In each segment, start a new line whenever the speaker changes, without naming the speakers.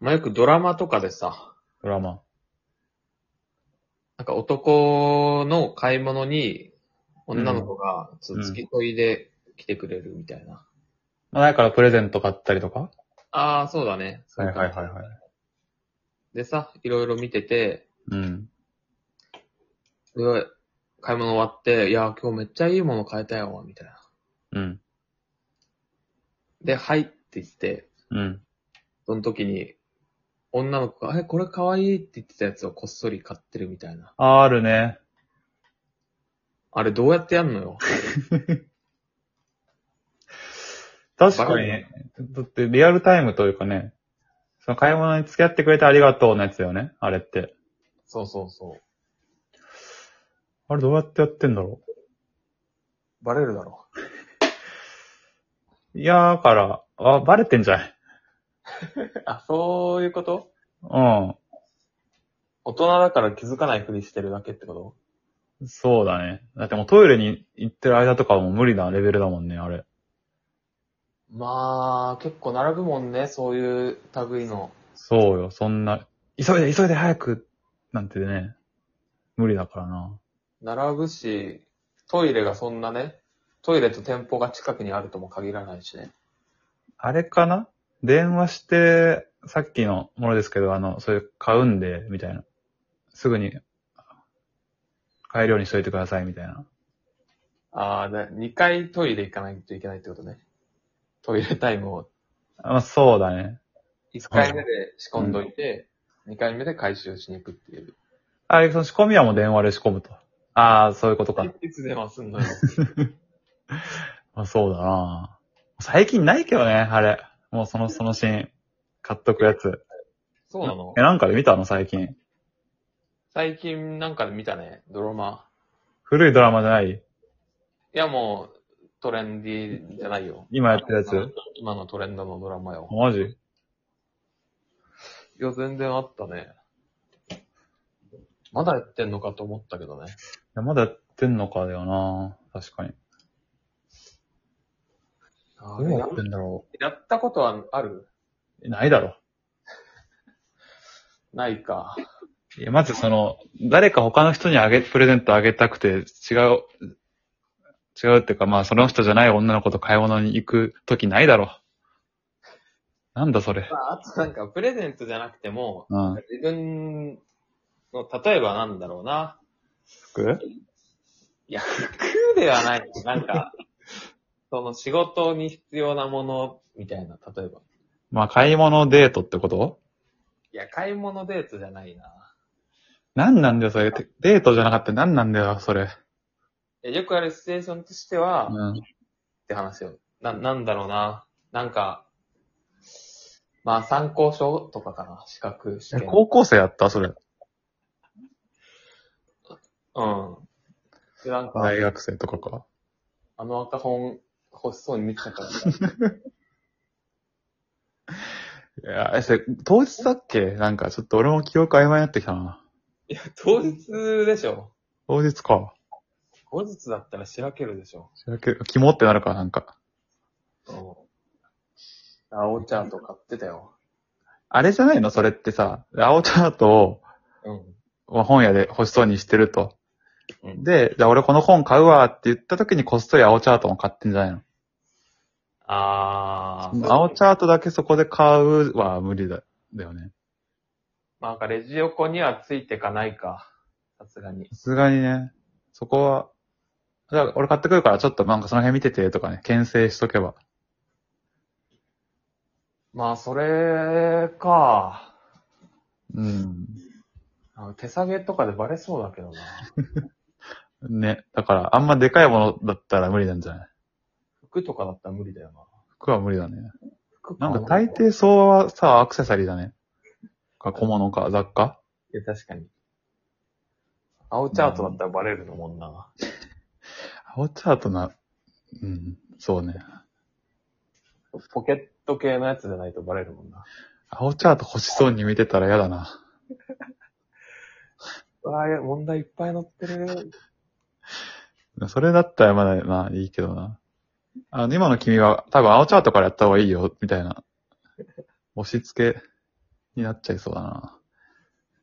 まあ、よくドラマとかでさ、
ドラマ。
なんか男の買い物に女の子がちょっと付き添いで来てくれるみたいな。
まあ、だからプレゼント買ったりとか
ああ、そうだね。
はいはいはいはい。
でさ、いろいろ見てて、
うん。
で買い物終わって、いや、今日めっちゃいいもの買えたよ、みたいな。
うん。
で、はいって言って、
うん。
その時に、女の子が、え、これ可愛いって言ってたやつをこっそり買ってるみたいな。
あー、あるね。
あれどうやってやんのよ。
確かに、ね、だってリアルタイムというかね、その買い物に付き合ってくれてありがとうのやつだよね、あれって。
そうそうそう。
あれどうやってやってんだろ
バレるだろ。
ういやーから、あ、バレてんじゃん。
あ、そういうこと
う
大人だから気づかないふりしてるだけってこと
ん。そうだね。だってもうトイレに行ってる間とかはもう無理なレベルだもんね、あれ。
まあ、結構並ぶもんね、そういう類の。
そうよ、そんな、急いで急いで早く、なんてね、無理だからな。
並ぶし、トイレがそんなね、トイレと店舗が近くにあるとも限らないしね。
あれかな電話して、さっきのものですけど、あの、そういう買うんで、みたいな。すぐに、買えるようにしといてください、みたいな。
ああ、で、2回トイレ行かないといけないってことね。トイレタイムを。
あまあ、そうだね。
1回目で仕込んどいて、2回目で回収しに行くっていう。
あれ、その仕込みはもう電話で仕込むと。ああ、そういうことか。
いつでもすんのよ。
まあ、そうだな最近ないけどね、あれ。もうその、そのシーン。買っとくやつ。
そう なの
え、なんかで見たの最近。
最近なんかで見たね、ドラマ。
古いドラマじゃない
いやもう、トレンディじゃないよ。
今やってるやつ。
今のトレンドのドラマよ。
マジ
いや、全然あったね。まだやってんのかと思ったけどね。
いや、まだやってんのかだよな確かに。
あ
どうやってんだろ
やったことはある
う。ないだろ。
ないか。
いや、まずその、誰か他の人にあげ、プレゼントあげたくて、違う、違うっていうか、まあ、その人じゃない女の子と買い物に行くときないだろ。なんだそれ。
まあ、あとなんか、プレゼントじゃなくても、
うん。
自分の、例えばなんだろうな。
服
いや、服ではない。なんか、その仕事に必要なものみたいな、例えば。
まあ、買い物デートってこと
いや、買い物デートじゃないな。
なんなんだよ、それ。てデートじゃなかったなんなんだよ、それ。
いやよくあるシチュエーションとしては、っ
うん。
て話よ。な、なんだろうな。なんか、まあ、参考書とかかな。資格試
え
験。
高校生やったそれ。
うん。で、なんか、
大学生とかか。
あの赤本欲しそうに見てたからさ。
いや、え、それ、当日だっけなんか、ちょっと俺も記憶曖昧になってきたな。
いや、 当日でしょ。
当日か。
後日だったらしらけるでしょ。
それけ肝ってなるか、なんか。
うん。青チャート買ってたよ。
あれじゃないのそれってさ、青チャート
うん。
を本屋で欲しそうにしてると。
うん
で、じゃあ俺この本買うわって言った時にこっそり青チャートも買ってんじゃないの
あ
その青チャートだけそこで買うは無理だだよね。
まあ、なんかレジ横にはついてかないか。さすがに。
さすがにね、そこは、じゃあ俺買ってくるからちょっとなんかその辺見ててとかね、牽制しとけば。
まあ、それか。
うん。
あ手下げとかでバレそうだけどな。
ね。だからあんまでかいものだったら無理なんじゃない
服とかだったら無理だよな。
服は無理だね。
服
なんか大抵そうはさ、アクセサリーだね。か小物か雑貨
いや、確かに。青チャートだったらバレるのもんな。
青チャートな、うん、そうね。
ポケット系のやつじゃないとバレるもんな。
青チャート欲しそうに見てたら嫌だな。
うわあ、問題いっぱい載ってる。
それだったらまだな、いいけどな。あの、今の君は多分青チャートからやった方がいいよ、みたいな。押し付け。になっちゃいそうだな。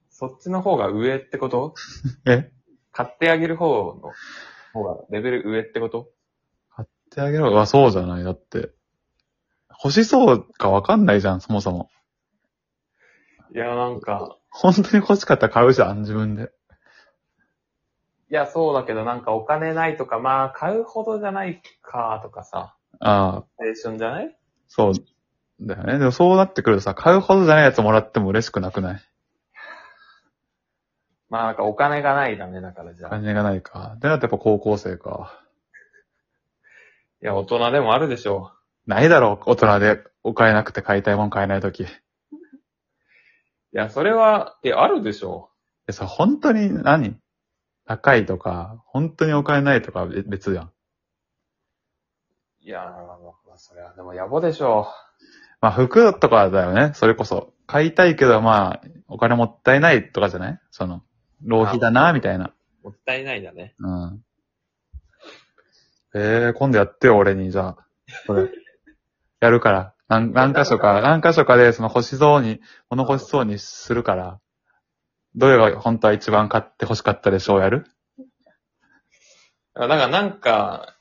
そっちの方が上ってこと
え
買ってあげる方の方がレベル上ってこと
買ってあげろ。はそうじゃない。だって。欲しそうかわかんないじゃん、そもそも。
いや、なんか、
本当に欲しかったら買うじゃん、自分で。
いや、そうだけど、なんかお金ないとか、まあ、買うほどじゃないか、とかさ、
ああ、
テーションじゃない
そう。だよね。でもそうなってくるとさ、買うほどじゃないやつもらっても嬉しくなくない
まあ、なんかお金がないだね、だからじゃあ。い
感じがないか。で、だってやっぱ高校生か。
や、大人でもあるでしょ
ないだろう、大人でお金なくて買いたいもん買えないとき。
う。いや、それは、え、あるでしょ
でさ、本当に何高いとか、本当にお金ないとかべ別じゃん。
う。いや、まあ、それはでも野暮でしょ
まあ服とかだよね、それこそ。買いたいけど、まあ、お金もったいないとかじゃないその、浪費だな、みたいな。
う。もったいないだね。
うん。ええー、今度やってよ、俺に、じゃあ。これ。 やるから。何、何箇所か、何箇所かで、その欲しそうに、物欲しそうにするから。どれが本当は一番買って欲しかったでしょうやる
だからなんか、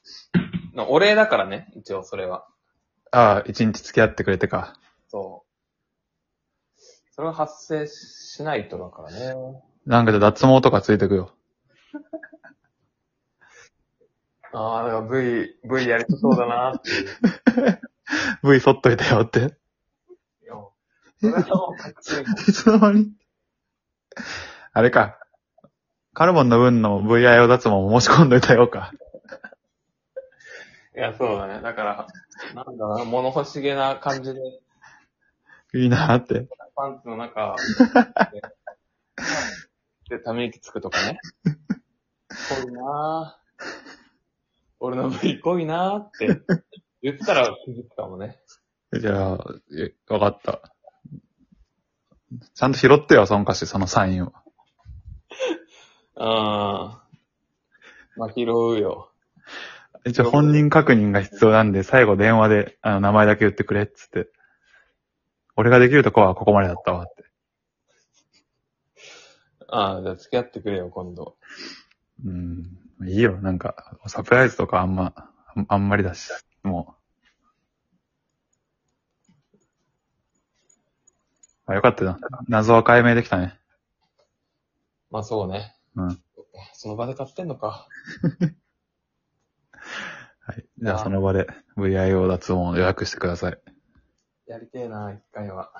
のお礼だからね、一応それは。
ああ、一日付き合ってくれてか。
そう。それは発生しないとだからね。
なんかじゃあ脱毛とかついてくよ。
ああ、だから V、V やりたそうだなっていう。
V 剃っといたよって。
いやそれはもうかっこいい
いつの間に あれか。カルボンの分の VIO 脱毛も申し込んどいたよか。
いや、そうだね。だから、なんだろうな、物欲しげな感じで、
いいなーって。
パンツの中、 で、ため息つくとかね。濃いなぁ。俺の V 濃いなぁって言ったら気づくかもね。
じゃあ、えわかった。ちゃんと拾ってよ、その歌詞、そのサインを。
あー。まあ、拾うよ。
一応本人確認が必要なんで、最後電話で、あの、名前だけ言ってくれ、っつって。俺ができるとこはここまでだったわって。
ああ、じゃあ付き合ってくれよ、今度。
うん。いいよ、なんか、サプライズとかあんま、あんあんまりだし、もう。あ、よかったじゃん。謎は解明できたね。
まあ、そうね。
うん
その場で買ってんのか。
はい。じゃあ、その場で VIO 脱毛を予約してください。
やりてえな、一回は。